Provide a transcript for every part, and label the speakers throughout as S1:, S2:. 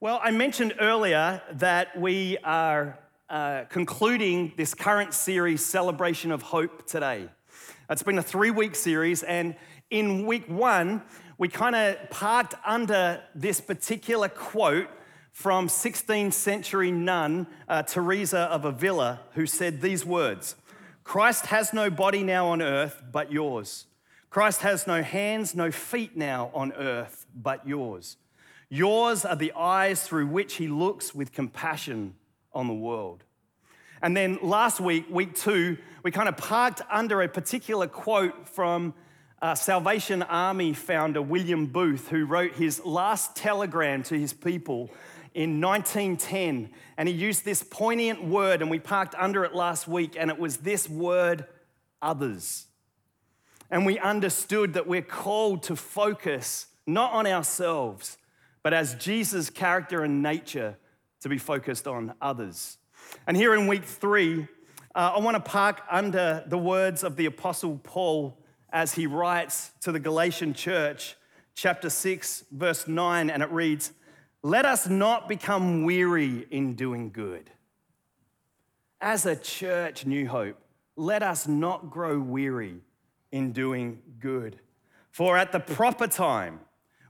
S1: Well, I mentioned earlier that we are uh, concluding this current series, Celebration of Hope, today. It's been a three week series, and in week one, we kind of parked under this particular quote from 16th century nun uh, Teresa of Avila, who said these words Christ has no body now on earth but yours. Christ has no hands, no feet now on earth but yours. Yours are the eyes through which he looks with compassion on the world. And then last week, week two, we kind of parked under a particular quote from uh, Salvation Army founder William Booth, who wrote his last telegram to his people in 1910. And he used this poignant word, and we parked under it last week, and it was this word, others. And we understood that we're called to focus not on ourselves, but as Jesus' character and nature to be focused on others. And here in week three, uh, I want to park under the words of the Apostle Paul as he writes to the Galatian church, chapter 6, verse 9, and it reads, Let us not become weary in doing good. As a church, New Hope, let us not grow weary in doing good. For at the proper time,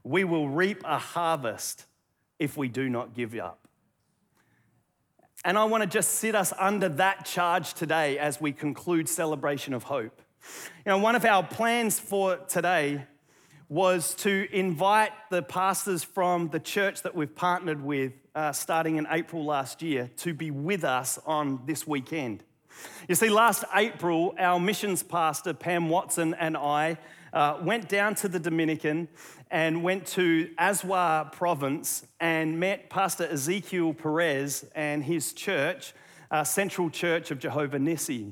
S1: we will reap a harvest if we do not give up. And I want to just sit us under that charge today as we conclude Celebration of Hope. You know, one of our plans for today was to invite the pastors from the church that we've partnered with uh, starting in April last year to be with us on this weekend. You see, last April, our missions pastor, Pam Watson, and I uh, went down to the Dominican and went to Azua province and met Pastor Ezekiel Perez and his church, uh, Central Church of Jehovah Nissi.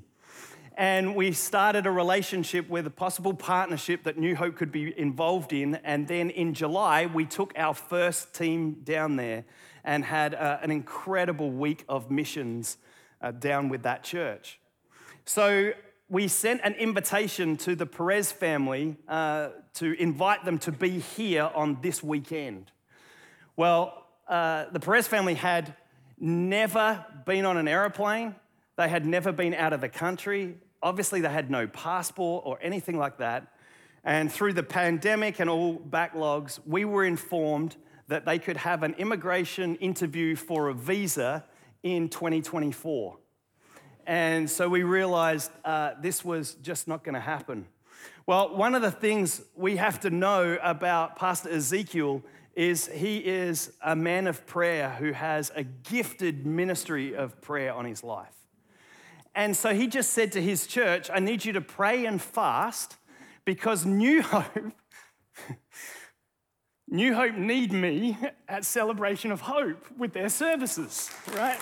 S1: And we started a relationship with a possible partnership that New Hope could be involved in. And then in July, we took our first team down there and had uh, an incredible week of missions uh, down with that church. So we sent an invitation to the Perez family uh, to invite them to be here on this weekend. Well, uh, the Perez family had never been on an aeroplane, they had never been out of the country. Obviously, they had no passport or anything like that. And through the pandemic and all backlogs, we were informed that they could have an immigration interview for a visa in 2024. And so we realized uh, this was just not going to happen. Well, one of the things we have to know about Pastor Ezekiel is he is a man of prayer who has a gifted ministry of prayer on his life. And so he just said to his church, I need you to pray and fast because New Hope. New Hope need me at Celebration of Hope with their services, right?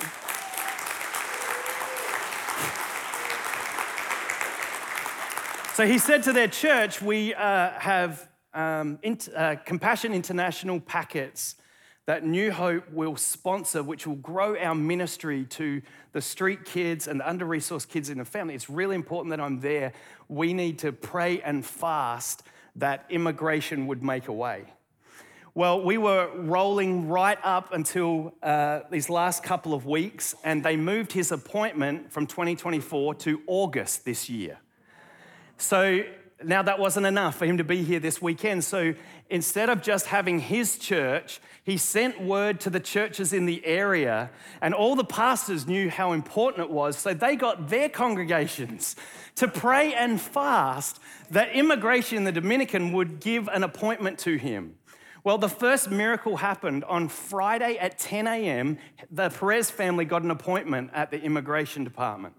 S1: so he said to their church, We uh, have um, int- uh, Compassion International packets that New Hope will sponsor, which will grow our ministry to the street kids and the under resourced kids in the family. It's really important that I'm there. We need to pray and fast that immigration would make a way. Well, we were rolling right up until uh, these last couple of weeks, and they moved his appointment from 2024 to August this year. So now that wasn't enough for him to be here this weekend. So instead of just having his church, he sent word to the churches in the area, and all the pastors knew how important it was. So they got their congregations to pray and fast that immigration in the Dominican would give an appointment to him. Well, the first miracle happened on Friday at 10 a.m. The Perez family got an appointment at the immigration department.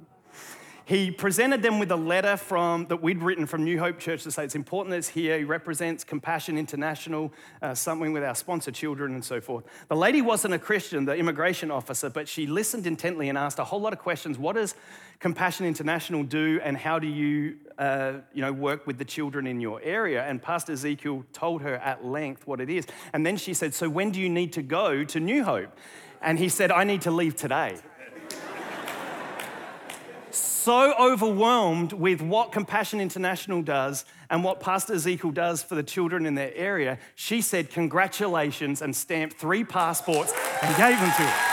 S1: He presented them with a letter from, that we'd written from New Hope Church to say it's important that it's here. He represents Compassion International, uh, something with our sponsor children and so forth. The lady wasn't a Christian, the immigration officer, but she listened intently and asked a whole lot of questions. What does Compassion International do, and how do you uh, you know, work with the children in your area. And Pastor Ezekiel told her at length what it is. And then she said, So when do you need to go to New Hope? And he said, I need to leave today. so overwhelmed with what Compassion International does and what Pastor Ezekiel does for the children in their area, she said, Congratulations, and stamped three passports and gave them to her.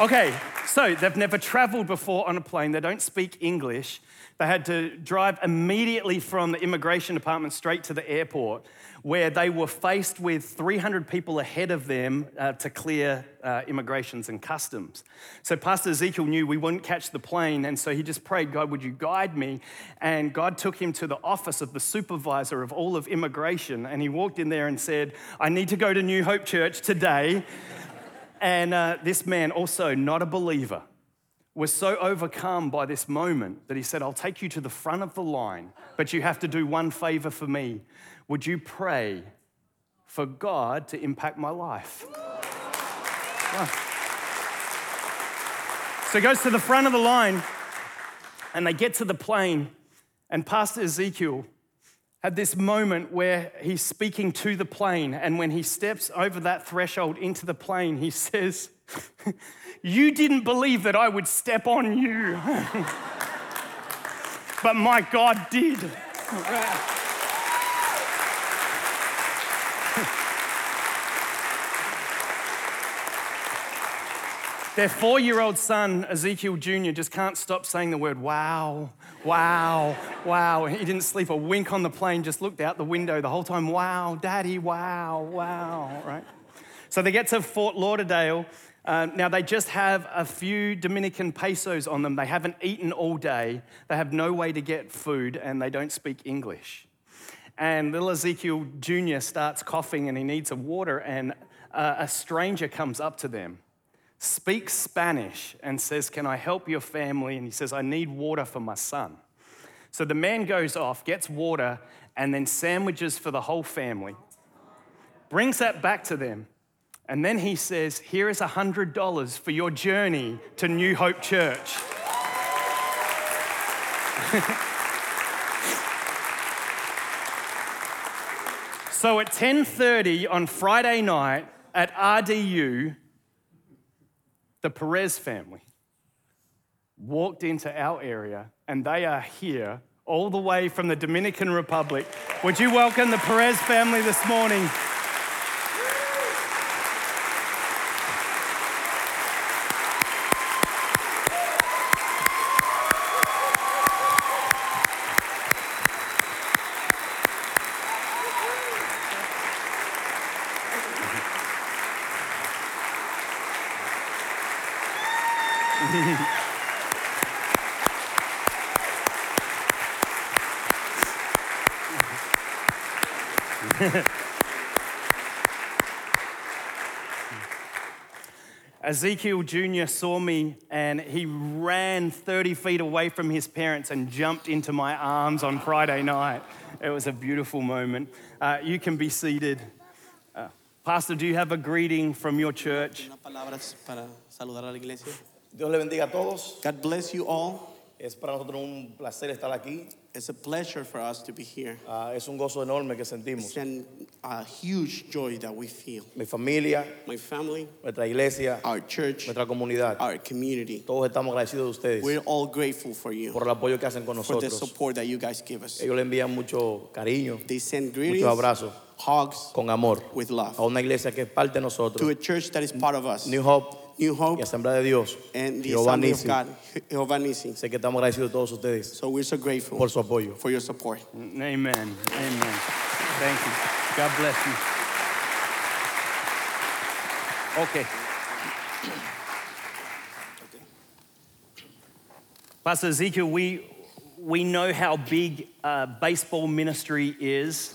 S1: Okay, so they've never traveled before on a plane. They don't speak English. They had to drive immediately from the immigration department straight to the airport, where they were faced with 300 people ahead of them uh, to clear uh, immigrations and customs. So Pastor Ezekiel knew we wouldn't catch the plane, and so he just prayed, God, would you guide me? And God took him to the office of the supervisor of all of immigration, and he walked in there and said, I need to go to New Hope Church today. And uh, this man, also not a believer, was so overcome by this moment that he said, I'll take you to the front of the line, but you have to do one favor for me. Would you pray for God to impact my life? Wow. So he goes to the front of the line, and they get to the plane, and Pastor Ezekiel had this moment where he's speaking to the plane, and when he steps over that threshold into the plane, he says, You didn't believe that I would step on you, but my God did. Their four year old son, Ezekiel Jr., just can't stop saying the word wow, wow, wow. He didn't sleep a wink on the plane, just looked out the window the whole time wow, daddy, wow, wow, right? So they get to Fort Lauderdale. Uh, now they just have a few Dominican pesos on them. They haven't eaten all day, they have no way to get food, and they don't speak English. And little Ezekiel Jr. starts coughing and he needs some water, and uh, a stranger comes up to them speaks Spanish and says, Can I help your family? And he says, I need water for my son. So the man goes off, gets water, and then sandwiches for the whole family, brings that back to them. And then he says, Here is $100 for your journey to New Hope Church. so at 10:30 on Friday night at RDU the Perez family walked into our area and they are here all the way from the Dominican Republic. Would you welcome the Perez family this morning? Ezekiel Jr. saw me and he ran 30 feet away from his parents and jumped into my arms on Friday night. It was a beautiful moment. Uh, you can be seated. Uh, Pastor, do you have a greeting from your church?
S2: Unas palabras para saludar a la iglesia.
S3: Dios le bendiga a todos.
S2: God bless you all.
S3: Es para nosotros un placer estar aquí.
S2: It's a pleasure for us to be here.
S3: Ah, es un gozo enorme que sentimos.
S2: It's an, a huge joy that we feel.
S3: Mi familia,
S2: My family,
S3: nuestra iglesia,
S2: our church,
S3: nuestra comunidad,
S2: our community,
S3: todos estamos agradecidos de
S2: we're
S3: ustedes
S2: all grateful for you,
S3: por el apoyo que hacen con
S2: for the
S3: nosotros.
S2: support that you guys give us.
S3: Ellos le envían mucho cariño,
S2: They send
S3: muchos
S2: greetings,
S3: abrazos,
S2: hugs,
S3: con amor,
S2: with
S3: a
S2: love
S3: una iglesia que es parte de
S2: to
S3: nosotros,
S2: a church that is part of us,
S3: New Hope
S2: New Hope,
S3: y Asamblea de Dios.
S2: and the
S3: Jehová
S2: Assembly of
S3: Nissi.
S2: God, Jehovah Nissi.
S3: Sé que estamos agradecidos de todos ustedes
S2: So we're so grateful
S3: por su apoyo.
S2: for your support.
S1: Amen. Amen. Thank you. God bless you. Okay.
S3: Mm.
S1: Pastor Ezekiel, we, we know how big uh, baseball ministry is.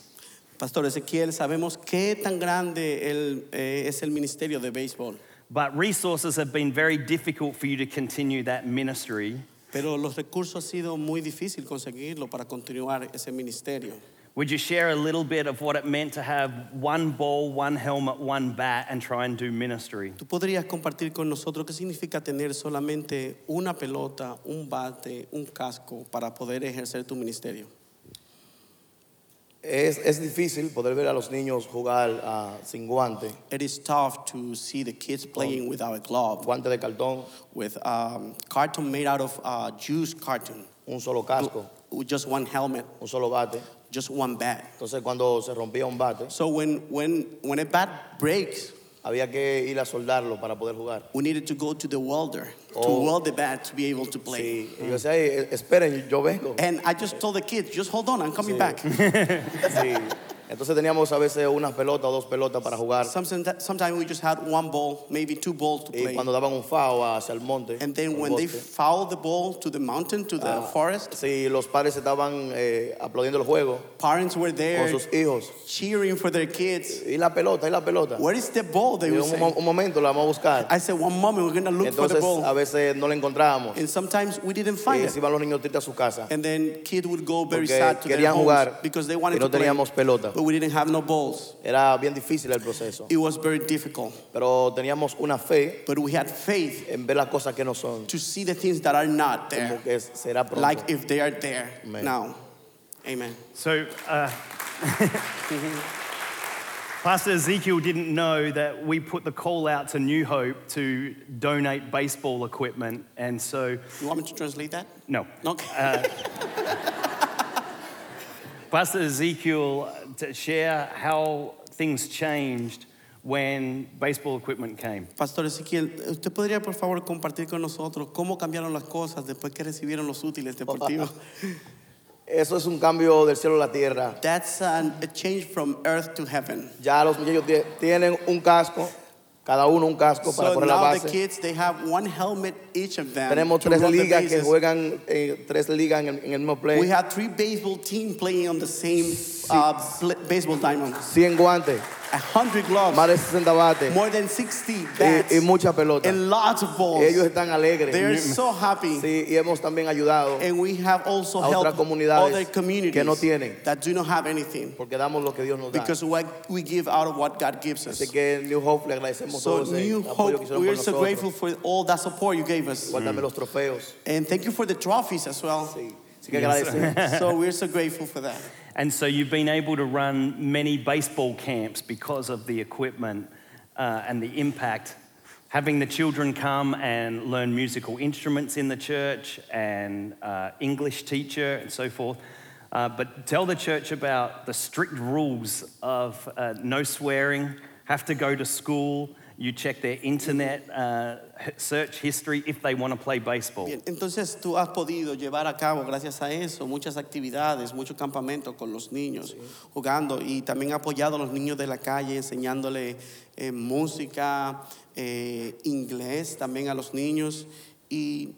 S2: Pastor Ezequiel, sabemos qué tan grande el, eh, es el ministerio de béisbol,
S1: But resources have been very difficult for you to continue that ministry.
S2: pero los recursos ha sido muy difícil conseguirlo para continuar ese ministerio.
S1: Would you share a little bit of what it meant to have one ball, one helmet, one bat, and try and do ministry?
S2: ¿Tú podrías compartir con nosotros qué significa tener solamente una pelota, un bate, un casco para poder ejercer tu ministerio?
S3: Eh, Es, es difícil poder ver a los niños jugar ah, sin guante,
S2: It is tough to see the kids playing without a glove,
S3: guante de cartón,
S2: with um, carton made out of uh, juice carton,
S3: un solo casco,
S2: with just one helmet,
S3: un solo bate.
S2: just one bat.
S3: Entonces cuando se rompía un bate,
S2: So when when when a bat breaks,
S3: había que ir a soldarlo para poder jugar.
S2: we needed to go to the welder
S3: Oh.
S2: to weld the bat to be able to play.
S3: Sí, y yo decía, "Ey, eh, esperen, yo vengo.
S2: And I just told the kids, just hold on, I'm coming
S3: Sí.
S2: back.
S3: Sí. Entonces teníamos a veces unas pelotas o dos pelotas para jugar.
S2: Sometimes, sometimes we just had one ball, maybe two balls to
S3: Y
S2: play.
S3: cuando daban un fao hacia el monte.
S2: And then
S3: al
S2: when they
S3: bosque,
S2: foul the ball to the mountain, to the
S3: Ah.
S2: forest,
S3: sí, los padres estaban eh, aplaudiendo el juego
S2: parents were
S3: con
S2: there
S3: sus hijos.
S2: cheering for their kids.
S3: Y la pelota, y la pelota.
S2: Where is the ball? They
S3: Y
S2: would
S3: un, mo-
S2: say.
S3: un momento, la vamos a buscar.
S2: I said, one moment, we're going to look for the
S3: Entonces ah, a
S2: ball.
S3: veces no la encontrábamos.
S2: And sometimes we didn't
S3: Y
S2: find
S3: se
S2: it.
S3: iban los niños tristes a su casa.
S2: And then kid would go very
S3: Porque
S2: sad to their
S3: querían
S2: homes
S3: jugar
S2: because they
S3: y
S2: wanted
S3: no
S2: to play,
S3: teníamos pelota.
S2: but we didn't have no balls.
S3: Era bien difícil el proceso.
S2: It was very difficult,
S3: Pero teníamos una fe
S2: but we had faith
S3: en ver las cosas que no son.
S2: to see the things that are not there,
S3: Como que será pronto.
S2: like if they are there
S3: Amen.
S2: now. Amen.
S1: So, uh, Pastor Ezekiel didn't know that we put the call out to New Hope to donate baseball equipment. And so,
S2: You want me to translate that?
S1: no.
S2: Okay.
S3: Uh,
S1: Pastor Ezekiel uh, to share how things changed when baseball equipment came.
S2: Pastor Ezequiel, ¿usted podría por favor compartir con nosotros cómo cambiaron las cosas después que recibieron los útiles deportivos?
S3: Eso es un cambio del cielo a la tierra.
S2: That's an, a change from earth to heaven.
S3: Ya los muchachos tie- tienen un casco, cada uno un casco para
S2: So
S3: poner la
S2: now the
S3: base.
S2: kids, they have one helmet each of them.
S3: Tenemos
S2: to
S3: tres
S2: run the
S3: ligas que
S2: bases.
S3: juegan, eh, tres ligas en el, en el mismo play.
S2: We had three baseball team playing on the same uh, bl- baseball diamonds.
S3: 100 guantes,
S2: A hundred gloves,
S3: más de 60 bates
S2: more than 60 bats,
S3: y, y mucha pelota.
S2: and lots of balls.
S3: Ellos están alegres.
S2: They're so happy.
S3: Sí, y hemos también ayudado
S2: And we have also
S3: A otras
S2: helped
S3: comunidades
S2: other
S3: que
S2: communities
S3: no tienen.
S2: that do not have anything.
S3: porque damos lo que Dios nos da.
S2: Because what we give out of what God gives us.
S3: Así que New Hope le agradecemos
S2: So,
S3: todo ese
S2: New
S3: apoyo que
S2: Hope,
S3: hicieron por
S2: we're so grateful
S3: nosotros.
S2: for all that support you gave us.
S3: Igual también los trofeos.
S2: And thank you for the trophies as well.
S3: Sí. Así que agradecemos.
S2: so, we're so grateful for that.
S1: And so you've been able to run many baseball camps because of the equipment uh, and the impact. Having the children come and learn musical instruments in the church and uh, English teacher and so forth. Uh, but tell the church about the strict rules of uh, no swearing, have to go to school, you check their internet uh, h- search history if they want to play baseball.
S2: Bien, entonces tú has podido llevar a cabo, gracias a eso, muchas actividades, muchos campamentos con los niños, jugando y también apoyado a los niños de la calle, enseñándole eh, música, eh, inglés también a los niños. Y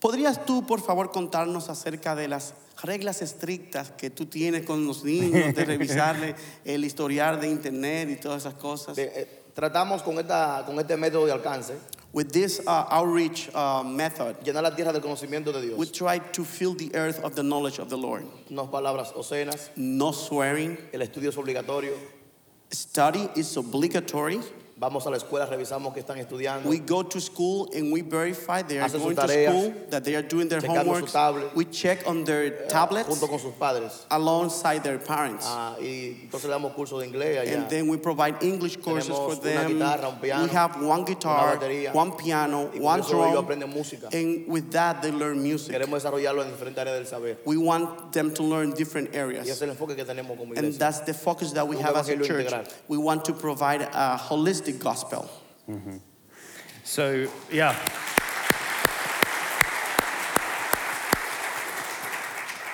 S2: podrías tú, por favor, contarnos acerca de las reglas estrictas que tú tienes con los niños, de revisarle el historial de internet y todas esas cosas.
S3: Eh, eh, Tratamos con, esta, con este método de alcance
S2: With this uh, outreach uh, method,
S3: llenar la tierra de conocimiento de
S2: we
S3: Dios.
S2: try to fill the earth of the knowledge of the Lord.
S3: Unas palabras ocenas,
S2: no swearing.
S3: el estudio es obligatorio.
S2: Study is obligatory.
S3: Vamos a la escuela, revisamos que están estudiando. eh,
S2: We go to school and we verify they are
S3: Hacen sus
S2: going to
S3: tareas.
S2: school, that they are doing their
S3: Checamos su
S2: homework.
S3: tablet. eh,
S2: We check on their tablets
S3: junto con sus padres.
S2: alongside their parents.
S3: Ah, y entonces le damos curso de inglés allá.
S2: and then we provide English courses
S3: Tenemos
S2: for
S3: una
S2: them.
S3: guitarra, un piano,
S2: we have one guitar,
S3: batería.
S2: one piano,
S3: Y con
S2: one
S3: eso ellos
S2: drum. Eh,
S3: aprenden música.
S2: And with that, they learn music.
S3: Queremos desarrollarlo en diferentes áreas del saber.
S2: We want them to learn different
S3: Y ese es
S2: areas.
S3: el enfoque que tenemos como
S2: And
S3: iglesia.
S2: that's the focus that we
S3: Un
S2: have as a
S3: evangelio
S2: church.
S3: integral.
S2: We want to provide a holistic gospel.
S1: So, yeah.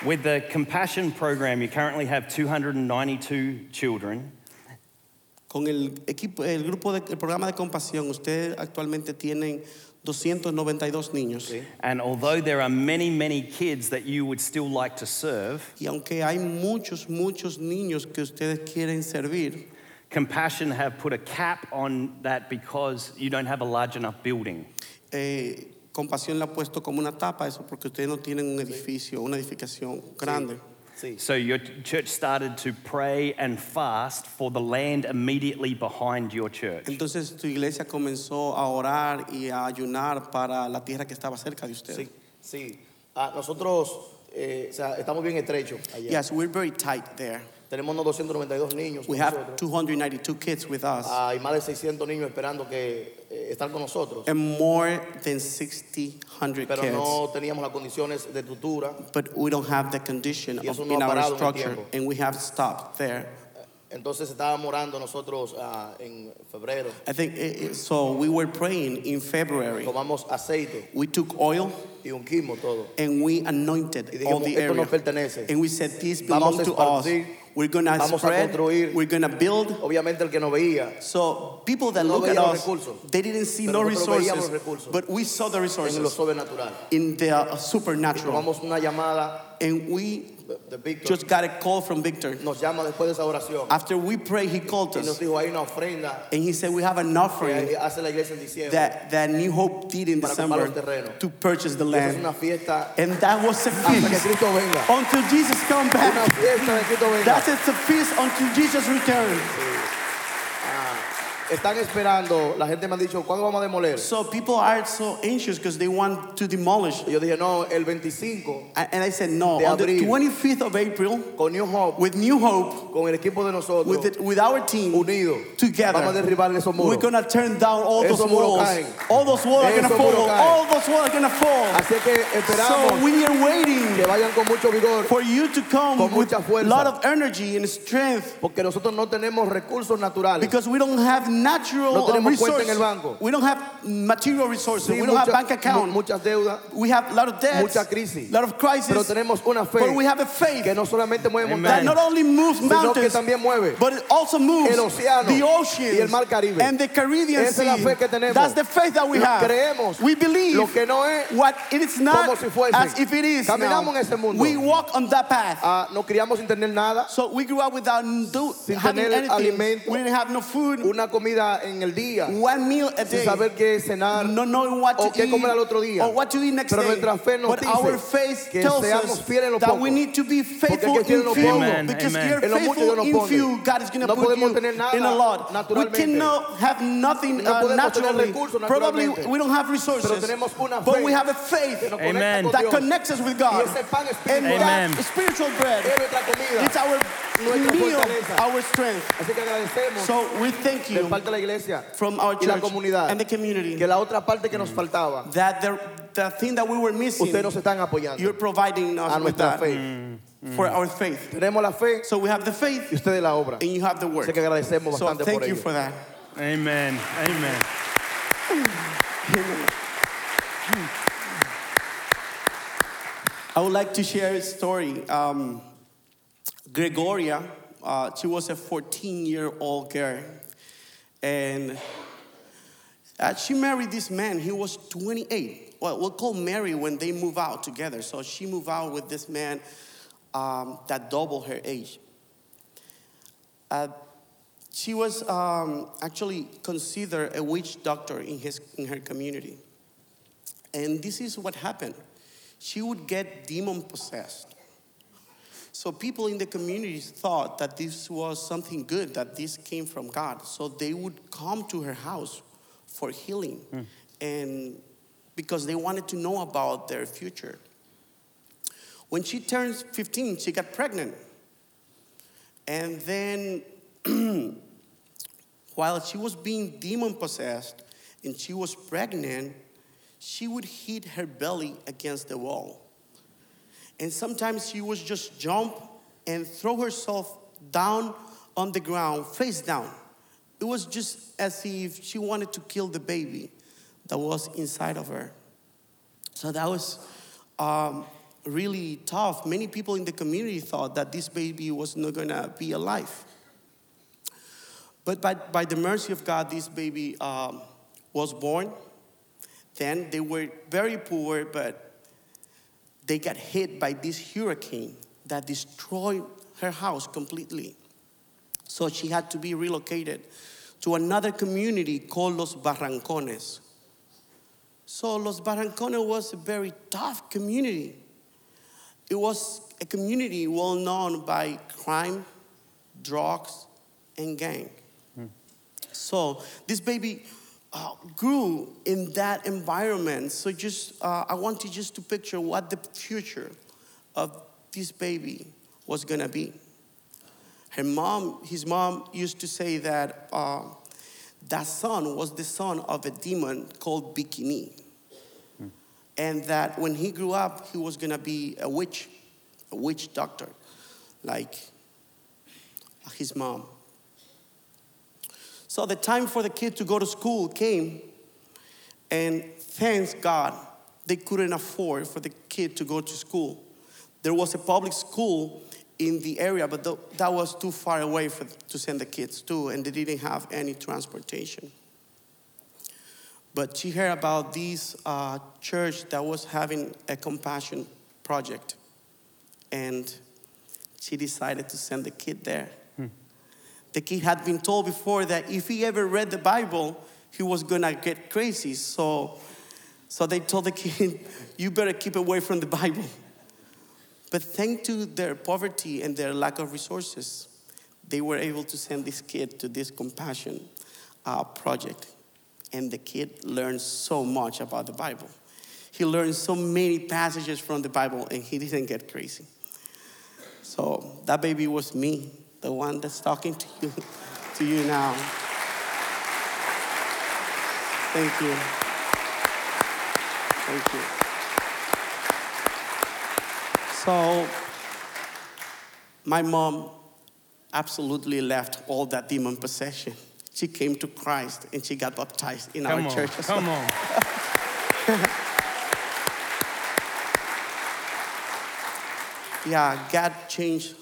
S1: With the Compassion program, you currently have 292 children.
S2: Con el equipo, el grupo de, el programa de compasión, ustedes actualmente tienen 292 niños.
S1: And although there are many, many kids that you would still like to serve,
S2: Y aunque hay muchos, muchos niños que ustedes quieren servir,
S1: Compassion have put a cap on that because you don't have a large enough building.
S2: eh, compasión le ha puesto como una tapa a eso porque ustedes no tienen un edificio, una edificación grande.
S3: Sí.
S1: So your church started to pray and fast for the land immediately behind your church.
S2: Entonces tu iglesia comenzó a orar y a ayunar para la tierra que estaba cerca de ustedes.
S3: Sí, sí. Ah, nosotros eh, o sea, estamos bien estrechos allá.
S2: Yes, we're very tight there.
S3: Tenemos unos 292 niños
S2: We
S3: con
S2: have
S3: nosotros. Ah.
S2: 292 kids with us
S3: Hay más de 600 niños esperando que eh, estar con nosotros.
S2: and more than 600
S3: Pero
S2: kids.
S3: no teníamos las condiciones de tutura.
S2: But we don't have the condition
S3: Y
S2: of,
S3: eso no
S2: in
S3: ha
S2: our
S3: parado en el
S2: structure,
S3: tiempo.
S2: and we have stopped there.
S3: Entonces estábamos orando nosotros ah, en febrero.
S2: I think it, it- so. We were praying in February.
S3: Tomamos aceite
S2: We took oil
S3: y unquimos todo.
S2: and we
S3: Y
S2: anointed all
S3: dijimos,
S2: the
S3: esto nos
S2: area.
S3: pertenece.
S2: And we said, This
S3: Vamos a
S2: belongs to us.
S3: esparcir.
S2: We're going to
S3: Vamos a
S2: spread.
S3: construir.
S2: We're going to build.
S3: Obviamente el que nos veía.
S2: So people that
S3: No
S2: look at
S3: veíamos
S2: us,
S3: recursos.
S2: they didn't see
S3: Pero
S2: no
S3: nosotros veíamos
S2: resources,
S3: recursos.
S2: but we saw the
S3: en lo
S2: resources
S3: sobrenatural.
S2: in the uh, supernatural.
S3: Tomamos una llamada
S2: And we
S3: de, de Víctor.
S2: just got a call from Victor.
S3: Nos llama después de esa oración
S2: After we prayed, he called
S3: y nos
S2: us
S3: dijo hay una ofrenda
S2: and he said, We have an
S3: que
S2: offering.
S3: hay- hace la iglesia en diciembre.
S2: that, that New Hope did in
S3: Para comprar
S2: December
S3: los terrenos.
S2: to purchase the
S3: Y esa es una
S2: land.
S3: fiesta
S2: And that was a
S3: hasta que
S2: feast
S3: Cristo venga.
S2: until Jesus come
S3: Una
S2: back.
S3: fiesta de Cristo venga.
S2: That is a feast until Jesus return.
S3: Están esperando, la gente me ha dicho, ¿cuándo vamos a demoler?
S2: So people are so anxious because they want to demolish.
S3: Y yo dije, no, el 25
S2: And and I said, no,
S3: De
S2: on the
S3: abril.
S2: 25th of April,
S3: con New Hope,
S2: with New Hope,
S3: con el equipo de nosotros,
S2: with, it, with our team,
S3: unidos,
S2: Together.
S3: vamos a derribar esos
S2: we're
S3: muros.
S2: going to turn down all those
S3: Esos muros
S2: walls.
S3: caen.
S2: All those walls are going to
S3: Esos muros
S2: fall.
S3: caen.
S2: All those walls are going to fall.
S3: Así que esperamos
S2: So we are
S3: que
S2: waiting
S3: vayan con mucho vigor,
S2: for you to come
S3: Con
S2: with
S3: mucha
S2: a
S3: fuerza.
S2: lot of energy and strength
S3: porque nosotros no tenemos recursos naturales.
S2: Because we don't have natural uh,
S3: No tenemos cuenta
S2: resources.
S3: en el banco.
S2: We don't have material resources.
S3: Sí,
S2: we don't have
S3: mucha-
S2: bank account.
S3: mu- muchas deudas,
S2: we have a lot of debts.
S3: mucha crisis.
S2: lot of crisis.
S3: pero tenemos una fe
S2: but we have a faith
S3: que no solamente mueve
S2: that
S3: montañas,
S2: not only moves
S3: sino que
S2: mountains,
S3: también mueve.
S2: but it also moves
S3: el océano
S2: the ocean
S3: y el mar Caribe.
S2: and the Caribbean
S3: Esa es la
S2: Sea.
S3: fe que tenemos.
S2: That's the faith that we
S3: Lo
S2: have.
S3: creemos.
S2: we believe
S3: Lo que no es,
S2: what it is not
S3: como si fuese.
S2: as if it is.
S3: Caminamos
S2: now.
S3: en ese mundo.
S2: We walk on that path.
S3: ah, no criamos sin tener nada,
S2: so we grew up without do,
S3: Sin
S2: having
S3: tener
S2: anything.
S3: alimento.
S2: we didn't have no food.
S3: una comida en el día,
S2: one meal a
S3: sin
S2: day.
S3: saber qué cenar,
S2: no knowing what
S3: o
S2: to
S3: qué
S2: eat
S3: comer al otro día.
S2: or what to eat next
S3: Pero
S2: day.
S3: nuestra fe nos
S2: but
S3: dice
S2: our faith
S3: que
S2: tells
S3: seamos
S2: us
S3: fieles en lo
S2: that
S3: poco.
S2: we need to be faithful
S3: Porque el que es fiel en
S2: in
S3: lo
S1: poco.
S2: few
S1: Amen,
S2: because
S1: amen.
S2: you're
S3: En lo mucho
S2: faithful
S3: Dios
S2: in
S3: nos pone.
S2: few God is going to
S3: No
S2: put you
S3: podemos tener nada
S2: in a lot we
S3: naturalmente.
S2: cannot have nothing
S3: No
S2: uh,
S3: podemos tener
S2: naturally
S3: recursos
S2: probably
S3: naturalmente.
S2: we don't have resources
S3: Pero tenemos una
S2: but
S3: fe
S2: we have a faith
S3: que nos
S2: that
S1: Amen.
S3: conecta con Dios.
S2: connects us with God
S3: Y ese pan
S2: and
S3: espiritual
S1: Amen.
S2: that spiritual bread
S3: es nuestra comida.
S2: it's our
S3: Nuestra
S2: meal
S3: fortaleza.
S2: our strength
S3: Así que agradecemos
S2: so we thank
S3: de
S2: you
S3: parte de la iglesia
S2: from our
S3: y la
S2: church
S3: comunidad.
S2: and the community
S3: que la otra parte que nos
S2: Mm.
S3: faltaba,
S2: that the, the thing that we were missing
S3: ustedes nos están apoyando
S2: You're providing us
S3: a
S2: with
S3: nuestra
S2: that
S3: fe.
S2: for our faith.
S3: Tenemos la fe
S2: So we have the
S3: y
S2: faith
S3: ustedes la obra.
S2: and you have the work.
S3: Así que agradecemos
S2: So
S3: bastante por
S2: thank you
S3: ello.
S2: for that.
S1: Amen. Amen.
S2: I would like to share a story. Um, Gregoria, uh, she was a 14 year old girl. And uh, she married this man, he was 28. Well, we'll call Mary when they move out together. So she moved out with this man um, that doubled her age. Uh, she was um, actually considered a witch doctor in, his, in her community. And this is what happened. She would get demon possessed. So people in the community thought that this was something good, that this came from God. So they would come to her house for healing and because they wanted to know about their future. When she turned 15, she got pregnant. And then while she was being demon possessed and she was pregnant, she would hit her belly against the wall. And sometimes she would just jump and throw herself down on the ground, face down. It was just as if she wanted to kill the baby that was inside of her. So that was um, really tough. Many people in the community thought that this baby was not gonna be alive. But by, by the mercy of God, this baby um, was born. Then they were very poor, but they got hit by this hurricane that destroyed her house completely. So she had to be relocated to another community called Los Barrancones. So Los Barrancones was a very tough community. It was a community well known by crime, drugs, and gang. So this baby uh, grew in that environment. So just uh, I want you just to picture what the future of this baby was gonna be. Her mom, his mom used to say that uh, that son was the son of a demon called Bikini. And that when he grew up, he was gonna be a witch, a witch doctor, like uh, his mom. So the time for the kid to go to school came, and thanks God, they couldn't afford for the kid to go to school. There was a public school in the area, but tho- that was too far away for, to send the kids to, and they didn't have any transportation. But she heard about this uh, church that was having a compassion project, and she decided to send the kid there. The kid had been told before that if he ever read the Bible, he was gonna get crazy. So, so they told the kid, "You better keep away from the Bible." But thanks to their poverty and their lack of resources, they were able to send this kid to this compassion uh, project. And the kid learned so much about the Bible. He learned so many passages from the Bible and he didn't get crazy. So that baby was me, the one that's talking to you, to you now. Thank you. Thank you. So, my mom absolutely left all that demon possession. She came to Christ and she got baptized in
S1: Come
S2: our
S1: on,
S2: church. as well.
S1: come on.
S2: Yeah, God changed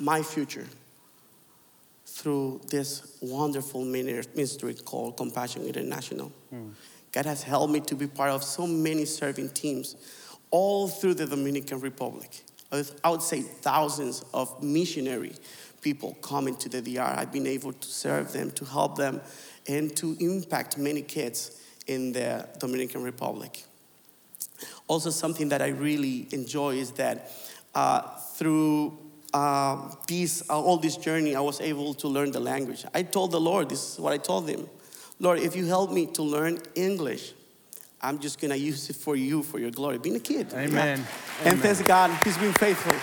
S2: my future through this wonderful mini- ministry called Compassion International. God has helped me to be part of so many serving teams all through the Dominican Republic. I would- I would say thousands of missionary people coming to the DR. I've been able to serve them, to help them, and to impact many kids in the Dominican Republic also something that I really enjoy is that uh, through uh, this, uh, all this journey, I was able to learn the language. I told the Lord, this is what I told him Lord, if you help me to learn English, I'm just gonna use it for you, for your glory. Being a kid.
S1: Amen.
S2: Yeah. And thanks God, He's been faithful.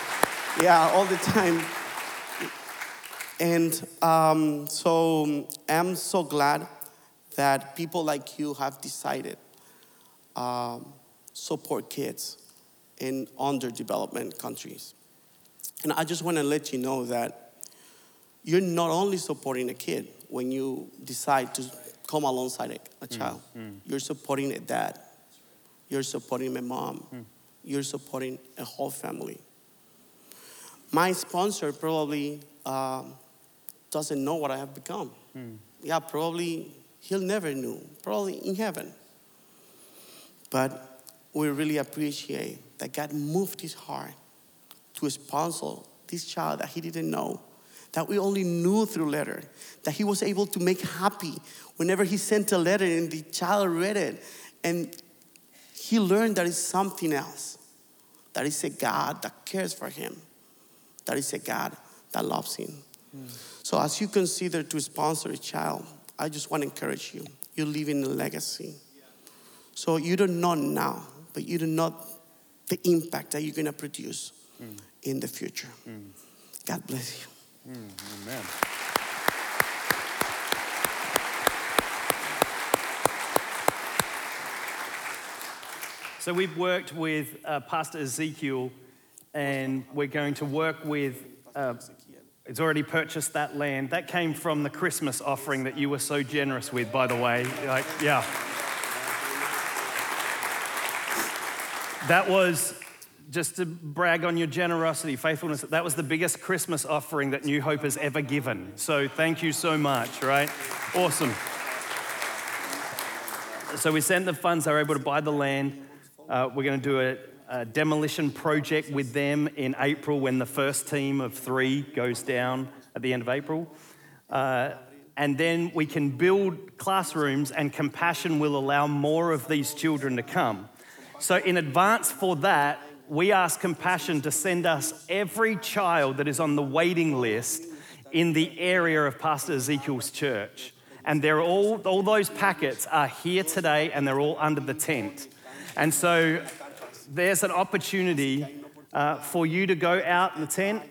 S2: Yeah, all the time. And um, so I'm so glad that people like you have decided um, support kids in underdevelopment countries. And I just want to let you know that you're not only supporting a kid when you decide to come alongside a, a child, you're supporting a dad, you're supporting a mom, you're supporting a whole family. My sponsor probably um, doesn't know what I have become. Yeah, probably he'll never know, probably in heaven. But we really appreciate that God moved his heart to sponsor this child that he didn't know, that we only knew through letter, that he was able to make happy whenever he sent a letter and the child read it. And he learned that it's something else, that it's a God that cares for him, that it's a God that loves him. So as you consider to sponsor a child, I just want to encourage you. You're leaving a legacy. So you don't know now, but you do not the impact that you're gonna produce in the future. God bless you.
S1: Amen. So we've worked with uh, Pastor Ezekiel, and we're going to work with. Uh, it's already purchased that land. That came from the Christmas offering that you were so generous with, by the way. Like, yeah. That was just to brag on your generosity, faithfulness. That was the biggest Christmas offering that New Hope has ever given. So thank you so much, right? Awesome. So we sent the funds, they were able to buy the land. Uh, we're going to do a, a demolition project with them in April when the first team of three goes down at the end of April. Uh, and then we can build classrooms, and compassion will allow more of these children to come. So, in advance for that, we ask compassion to send us every child that is on the waiting list in the area of Pastor Ezekiel's church. And they're all, all those packets are here today and they're all under the tent. And so there's an opportunity uh, for you to go out in the tent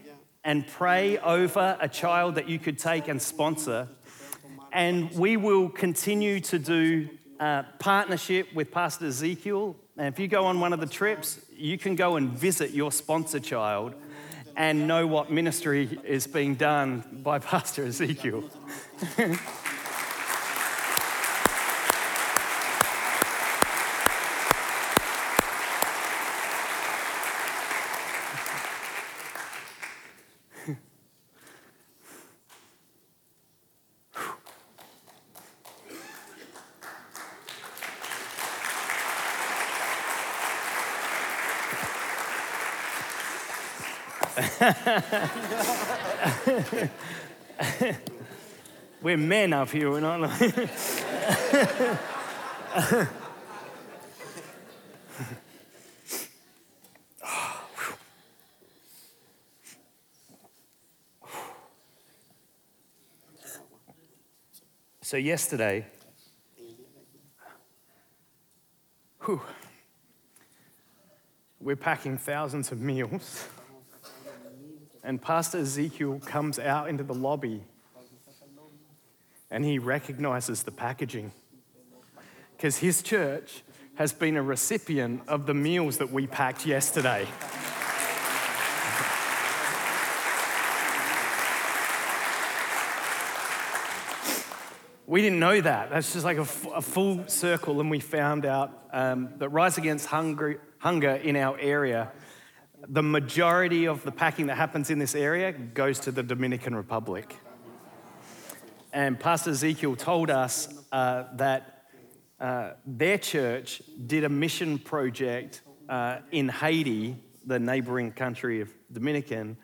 S1: and pray over a child that you could take and sponsor. And we will continue to do uh, partnership with Pastor Ezekiel. And if you go on one of the trips, you can go and visit your sponsor child and know what ministry is being done by Pastor Ezekiel. We're men up here, we're not. so yesterday, whew, we're packing thousands of meals, and Pastor Ezekiel comes out into the lobby and he recognizes the packaging because his church has been a recipient of the meals that we packed yesterday. We didn't know that. That's just like a, f- a full circle, and we found out um, that Rise Against Hunger, Hunger in our area, the majority of the packing that happens in this area goes to the Dominican Republic. And Pastor Ezekiel told us uh, that uh, their church did a mission project uh, in Haiti, the neighboring country of Dominican,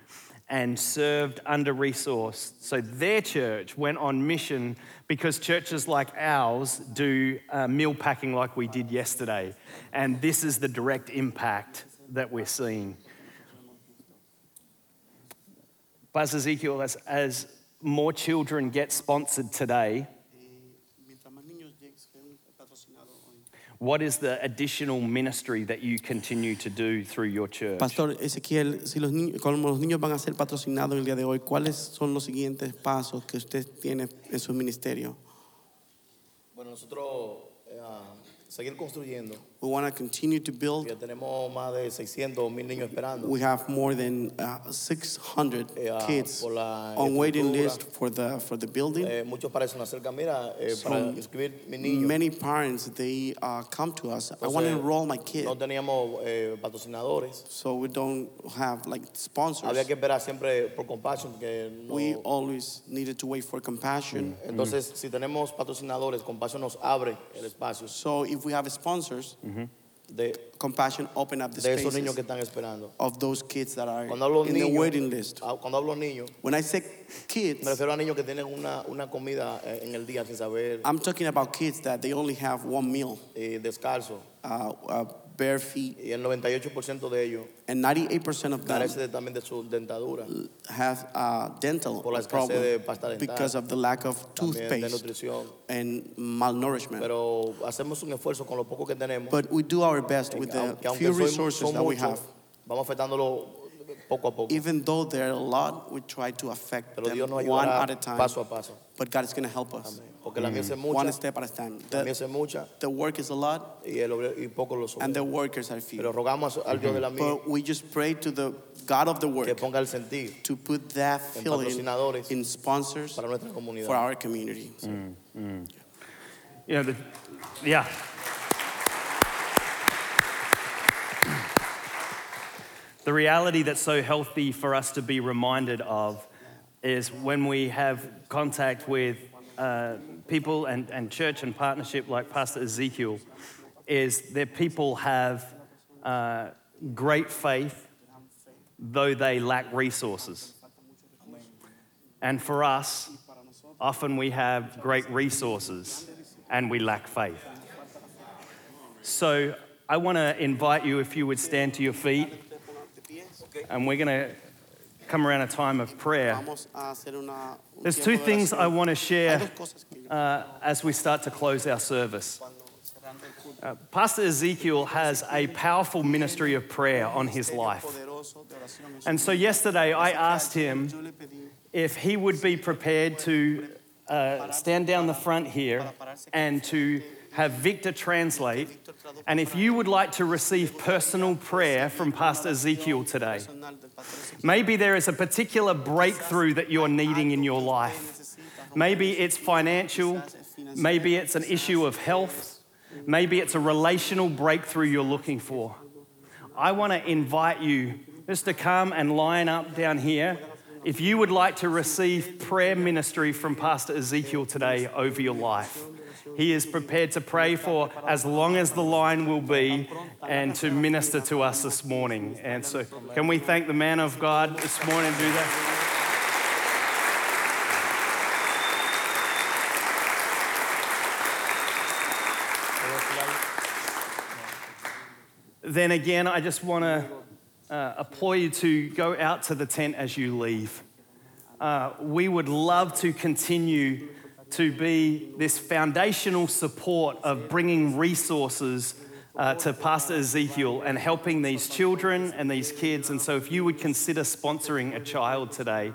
S1: and served under resourced. So their church went on mission because churches like ours do uh, meal packing like we did yesterday. And this is the direct impact that we're seeing. Pastor Ezekiel, as, as more children get sponsored today,
S2: Mientras más niños lleguen, sean patrocinados hoy.
S1: what is the additional ministry that you continue to do through your church?
S2: Pastor Ezequiel, si los niños, como los niños van a ser patrocinados en el día de hoy, ¿cuáles son los siguientes pasos que usted tiene en su ministerio?
S4: Bueno, nosotros eh, ah, seguir construyendo.
S2: We want to continue to build.
S4: Ya tenemos más de 600 mil niños esperando.
S2: We have more than uh, 600
S4: Yeah,
S2: kids
S4: por la
S2: on waiting
S4: estructura.
S2: list for the for the building.
S4: Eh, muchos parecen acerca, mira, eh,
S2: Son
S4: para inscribir mi niño.
S2: Many parents they uh, come to us. I want to
S4: Entonces,
S2: enroll my kid,
S4: No teníamos eh, patrocinadores.
S2: so we don't have like
S4: Había
S2: sponsors.
S4: que esperar siempre por Compassion. Que no- Mm-hmm.
S2: We always needed to wait for compassion.
S4: Entonces, si tenemos patrocinadores, Compassion nos abre el espacio
S2: So if we have sponsors,
S4: Mm-hmm. de,
S2: compassion open up the
S4: de esos niños
S2: spaces
S4: que están esperando.
S2: of those kids that are
S4: Cuando hablo
S2: in
S4: niños,
S2: the waiting list.
S4: ah, cuando hablo niños,
S2: When I say
S4: me
S2: kids,
S4: refiero a niños que tienen una, una comida eh, en el día sin saber,
S2: I'm talking about kids that they only have one meal,
S4: eh, descalzo.
S2: uh, uh, bare feet,
S4: Y el 98% de ellos
S2: and 98% of them
S4: carece de- también de su dentadura,
S2: have uh, dental
S4: Por la escasez de pasta
S2: problem
S4: dental.
S2: because of the lack of
S4: también de
S2: toothpaste
S4: nutrición.
S2: and malnourishment.
S4: Pero hacemos un esfuerzo con lo poco que tenemos.
S2: but we do our best with
S4: que
S2: the
S4: aunque, aunque
S2: few
S4: son-
S2: resources
S4: son
S2: that we
S4: muchos,
S2: have.
S4: vamos afectándolo poco a poco.
S2: Even though there are a lot, we try to affect
S4: Pero
S2: them
S4: Dios nos
S2: one
S4: ayudará
S2: at a time.
S4: paso a paso.
S2: But God is going to help us
S4: Porque la mies es
S2: one
S4: mucha,
S2: step at a time.
S4: la
S2: The,
S4: mies es mucha
S2: the work is a lot,
S4: y, el obrero- y poco lo
S2: and
S4: somos.
S2: the workers are few.
S4: Pero rogamos al Dios de la mies
S2: But we just pray to the God of the
S4: que
S2: work
S4: ponga el sentir
S2: to put that
S4: en
S2: feeling
S4: patrocinadores
S2: in sponsors
S4: para nuestra
S2: for
S4: comunidad.
S2: our community.
S1: Mm. You know, the, yeah. The reality that's so healthy for us to be reminded of is when we have contact with uh, people and, and church and partnership like Pastor Ezekiel, is that people have uh, great faith, though they lack resources. And for us, often we have great resources and we lack faith. So I want to invite you, if you would stand to your feet, and we're going to come around a time of prayer.
S2: Vamos a hacer una- un
S1: There's
S2: tiempo
S1: two
S2: de
S1: things I
S2: oración.
S1: want to
S2: Hay
S1: share
S2: dos cosas que yo-
S1: uh, as we start to close our service.
S2: cuando cerramos
S1: Uh, Pastor Ezekiel has a powerful ministry of prayer on his life.
S2: Poderoso de oración en su
S1: And so yesterday I asked him
S2: Yo le pedí
S1: if he would be prepared to uh, stand down the front here and to have Victor translate. And if you would like to receive personal prayer from Pastor Ezekiel today,
S2: personal del pastor Ezequiel.
S1: maybe there is a particular breakthrough that you're needing in your life. Maybe it's financial, maybe it's an issue of health, maybe it's a relational breakthrough you're looking for. I want to invite you just to come and line up down here. If you would like to receive prayer ministry from Pastor Ezekiel today over your life, he is prepared to pray for as long as the line will be and to minister to us this morning. And so, can we thank the man of God this morning? Do that. then again, I just want to uh, implore you to go out to the tent as you leave. Uh, we would love to continue to be this foundational support of bringing resources uh, to Pastor Ezekiel and helping these children and these kids. And so, if you would consider sponsoring a child today,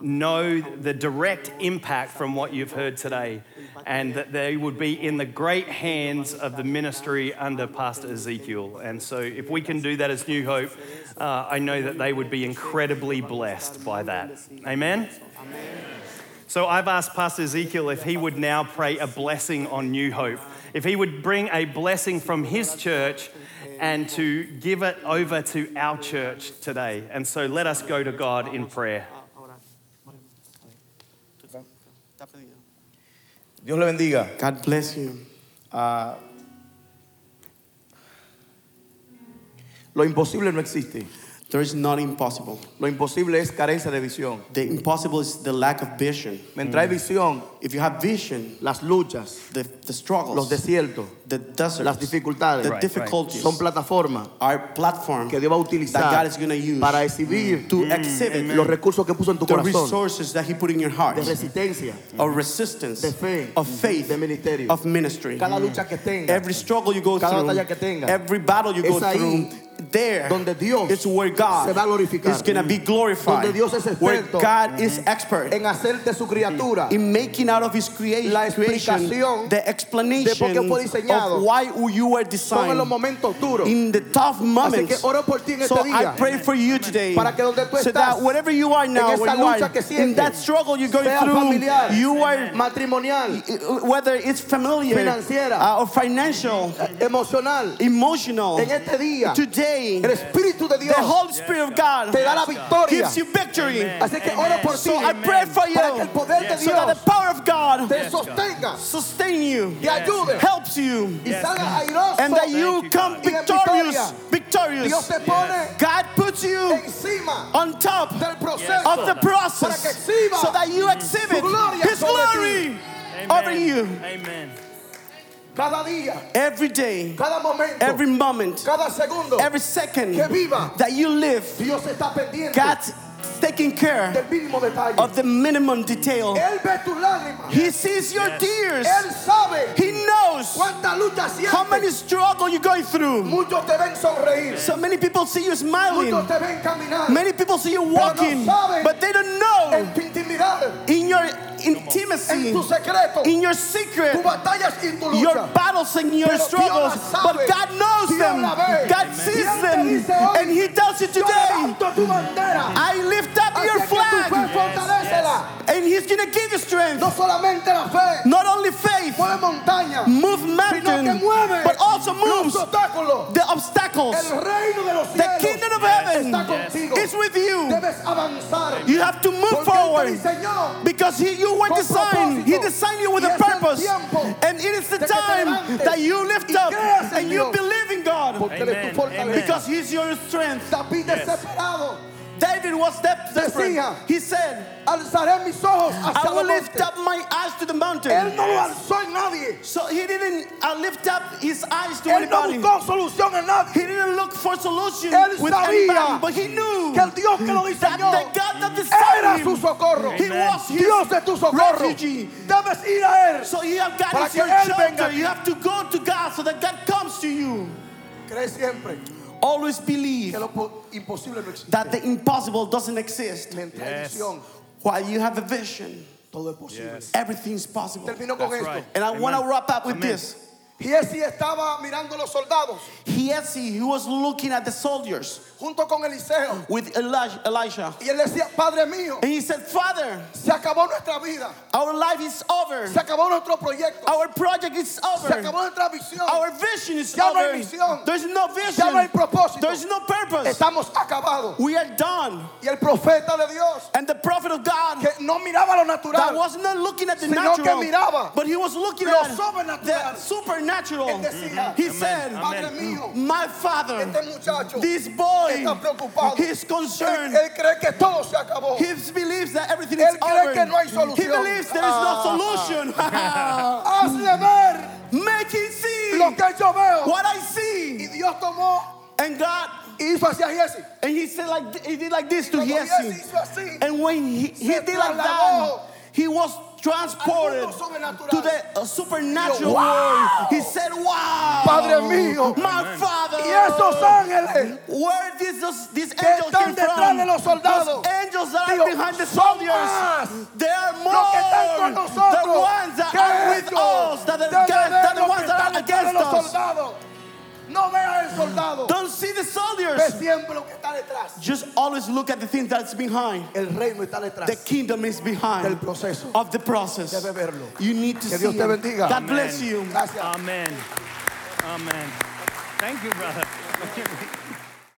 S1: know the direct impact from what you've heard today and that they would be in the great hands of the ministry under Pastor Ezekiel. And so, if we can do that as New Hope, uh, I know that they would be incredibly blessed by that. Amen? So, I've asked Pastor Ezekiel if he would now pray a blessing on New Hope, if he would bring a blessing from his church. And to give it over to our church today. And so let us go to God in prayer.
S2: Ah, Ahora, oremos. A ver. Está pedido.
S3: Dios le bendiga.
S2: God bless you.
S3: Ah, lo imposible no existe.
S2: There is not impossible.
S3: Lo imposible es carencia de visión.
S2: The impossible is the lack of vision.
S3: Mientras hay visión,
S2: If you have vision,
S3: las luchas,
S2: the, the
S3: los
S2: struggles,
S3: desiertos,
S2: the deserts,
S3: las dificultades
S2: the
S1: Right, right.
S2: difficulties
S3: son plataformas
S2: are platform
S3: que Dios va a
S2: that God
S3: utilizar
S2: is gonna use Mm.
S3: para exhibir
S2: to exhibit
S3: los recursos que puso en tu
S2: the
S3: corazón
S2: resources that He put in your heart
S3: de resistencia,
S2: of resistance,
S3: de fe,
S2: of faith,
S3: de ministerio.
S2: of ministry.
S3: Cada lucha que tengas,
S2: Every struggle you go
S3: Cada
S2: through,
S3: batalla que tenga,
S2: every battle you go
S3: es ahí
S2: through, there
S3: donde Dios
S2: it's where God
S3: se va a glorificar.
S2: is going to be glorified.
S3: Donde Dios es
S2: where
S3: experto.
S2: God is expert
S3: en hacerte su criatura,
S2: Mm. in making out of His creation
S3: La explicación
S2: the explanation
S3: de por qué fue diseñado.
S2: of why you were
S3: son en los
S2: designed
S3: momentos duros.
S2: in the tough
S3: Así que
S2: moments.
S3: oro por ti en
S2: So
S3: este
S2: I
S3: día.
S2: pray for you today
S3: Para que donde tú
S2: so
S3: estás,
S2: that wherever you are now,
S3: esa
S2: where you
S3: lucha
S2: are,
S3: que sientes,
S2: in that struggle you're going
S3: sea
S2: through,
S3: familiar,
S2: you are,
S3: matrimonial,
S2: whether it's familiar
S3: Financiera.
S2: uh, or financial,
S3: emocional.
S2: emotional,
S3: En este día,
S2: today,
S3: el Espíritu de
S2: the
S3: Dios
S2: Holy Spirit of God
S3: te da la victoria.
S2: gives you victory.
S3: Así que oro por ti
S2: So I pray for you
S3: para que el poder de
S2: so that
S3: Dios
S2: the power of God
S3: te sostenga,
S2: sustain you,
S3: te ayude
S2: helps you,
S3: y salgas airoso.
S2: and that you come
S3: God.
S2: victorious.
S3: Dios
S2: Victorious.
S3: te pone
S2: God puts you
S3: encima
S2: on top
S3: del proceso
S2: of the
S3: para que
S2: process
S3: exhiba
S2: so that you exhibit
S3: su gloria
S2: His
S3: sobre
S2: glory over you
S1: Amen.
S3: cada día,
S2: every day,
S3: cada momento,
S2: every moment,
S3: cada segundo
S2: every second
S3: que viva.
S2: that you live.
S3: Dios está pendiente
S2: God's taking care
S3: del mínimo detalle.
S2: of the minimum detail.
S3: Él ve tus lágrimas.
S2: He sees your tears.
S3: Él sabe
S2: He knows
S3: cuánta lucha
S2: how many
S3: sientes.
S2: struggle you're going through.
S3: Muchos te ven sonreír.
S2: So many people see you
S3: Muchos
S2: smiling.
S3: te ven caminar.
S2: Many people see you walking,
S3: saben
S2: but they don't know
S3: En tu intimidad,
S2: in your
S3: en
S2: intimacy,
S3: tu secreto,
S2: in your
S3: tus
S2: secret,
S3: batallas y tu
S2: your
S3: lucha.
S2: battles and your
S3: Pero Dios
S2: struggles.
S3: las sabe.
S2: But God knows
S3: Dios
S2: them.
S3: la ve.
S2: God
S3: Amen.
S2: sees
S3: Y Él te
S2: them,
S3: dice hoy,
S2: and He does it
S3: Yo
S2: today.
S3: levanto tu bandera.
S2: I lift up
S3: Así
S2: your
S3: que tu fe,
S2: flag,
S3: fortalécela.
S2: and He's gonna give you
S3: No
S2: strength.
S3: solamente la fe
S2: Not only faith,
S3: mueve montañas,
S2: move
S3: sino que
S2: mountain,
S3: mueve
S2: but also moves
S3: los obstáculos.
S2: the obstacles.
S3: El reino de los
S2: The
S3: cielos
S2: kingdom of heaven
S3: está contigo.
S2: is with you.
S3: Debes avanzar.
S2: You have to move
S3: Porque Él te
S2: forward.
S3: diseñó
S2: Because he, you were
S3: Con
S2: designed, He
S3: propósito.
S2: designed you with
S3: Y
S2: a
S3: es el
S2: purpose.
S3: tiempo
S2: And it is the
S3: de que te
S2: time
S3: levantes
S2: that you lift
S3: y
S2: up
S3: creas en
S2: and you
S3: Dios.
S2: believe in God
S3: porque Él
S1: Amen,
S3: es tu fortaleza.
S1: amen.
S2: because He's your strength.
S3: David desesperado
S2: David was def-
S3: Decía,
S2: different. He said,
S3: alzaré mis ojos
S2: I
S3: hacia
S2: will
S3: el
S2: lift
S3: monte.
S2: up my eyes to the mountain.
S3: Él no lo alzó en nadie.
S2: So he didn't uh, lift up his eyes to
S3: Él no
S2: anybody.
S3: buscó solución en
S2: He
S3: nadie.
S2: didn't look for solution
S3: Él
S2: with
S3: sabía
S2: anybody, but he knew
S3: Que el Dios que lo
S2: that
S3: diseñó
S2: the God that
S3: era
S2: designed
S3: su
S2: him,
S3: socorro.
S2: he was his
S3: Dios de tu socorro.
S2: refugee.
S3: Debes ir a Él.
S2: So you have God
S3: Para
S2: as
S3: que
S2: your
S3: Él
S2: shelter.
S3: venga a
S2: You
S3: ti.
S2: have to go to God so that God comes to you.
S3: Cree siempre
S2: Always believe
S3: que lo po- imposible no existe.
S2: that the impossible doesn't exist.
S3: Mientras hay
S1: Yes.
S3: visión,
S2: While you have a vision,
S3: todo es posible.
S1: Yes.
S2: everything's possible.
S3: Termino con
S1: That's
S3: esto.
S1: right.
S2: And I want to
S1: Amen.
S2: wrap up with
S1: Amen.
S2: this.
S3: Giesi estaba mirando los soldados
S2: Hiesi, he was looking at the soldiers
S3: junto con Eliseo.
S2: with Eli- Elisha.
S3: Y él decía, Padre mío,
S2: And he said, Father,
S3: se acabó nuestra vida.
S2: our life is over.
S3: Se acabó nuestro proyecto.
S2: Our project is
S3: Se
S2: over.
S3: acabó nuestra visión.
S2: Our vision is
S3: Ya no hay
S2: over.
S3: visión.
S2: There's no
S3: Ya no hay
S2: vision.
S3: propósito.
S2: There's no purpose.
S3: Estamos acabados.
S2: We are done.
S3: Y el profeta de Dios,
S2: And the prophet of God
S3: que no miraba lo
S2: that
S3: natural,
S2: was not looking at the
S3: Sino que
S2: natural,
S3: miraba
S2: but he was looking
S3: lo
S2: at the
S3: sobrenatural.
S2: supernatural.
S3: Él decía,
S2: He
S1: Amen.
S2: said,
S3: Padre
S1: Amen.
S3: mío,
S2: My father,
S3: este muchacho,
S2: this boy,
S3: está preocupado.
S2: he's
S3: él,
S2: concerned.
S3: él cree que todo se acabó.
S2: He believes that everything is
S3: Él cree
S2: over.
S3: que no hay
S2: he
S3: solución. Ah.
S2: believes there is no
S3: Hazle ver
S2: solution. Make him see
S3: lo que yo veo.
S2: what I
S3: Y
S2: see.
S3: Dios tomó
S2: And God,
S3: y hizo hacia Giesi.
S2: and he said like he did like this to
S3: Como Giesi
S2: Jesse.
S3: hizo así,
S2: And when he, he
S3: Se
S2: did like that,
S3: trasladó
S2: he was transported
S3: al mundo sobrenatural.
S2: to the uh, supernatural
S3: Dijo, "Wow."
S2: world. He said, Wow,
S3: Padre mío.
S2: my father.
S3: Y esos ángeles
S2: Where did those, these
S3: que
S2: angels
S3: están
S2: came
S3: detrás
S2: from?
S3: de los soldados.
S2: Those angels that
S3: Digo,
S2: are behind the
S3: son más
S2: soldiers. They are more
S3: los que están con nosotros
S2: the ones that
S3: que
S2: are with
S3: ellos.
S2: us than the,
S3: Debe
S2: guys, than
S3: ver
S2: the
S3: lo que
S2: ones that
S3: están
S2: are
S3: detrás de
S2: against
S3: los
S2: us.
S3: soldados. No veas el soldado.
S2: Don't see the
S3: Ve
S2: soldiers.
S3: siempre lo que está detrás.
S2: Just always look at the thing that's behind.
S3: El reino está
S2: The
S3: detrás
S2: kingdom is
S3: del
S2: behind
S3: proceso.
S2: of the process.
S3: Debe verlo.
S2: You need to
S3: Que
S2: see.
S3: Dios te
S2: it.
S3: bendiga.
S2: God bless you.
S3: Gracias.
S1: Amen. Amen. Thank you, brother.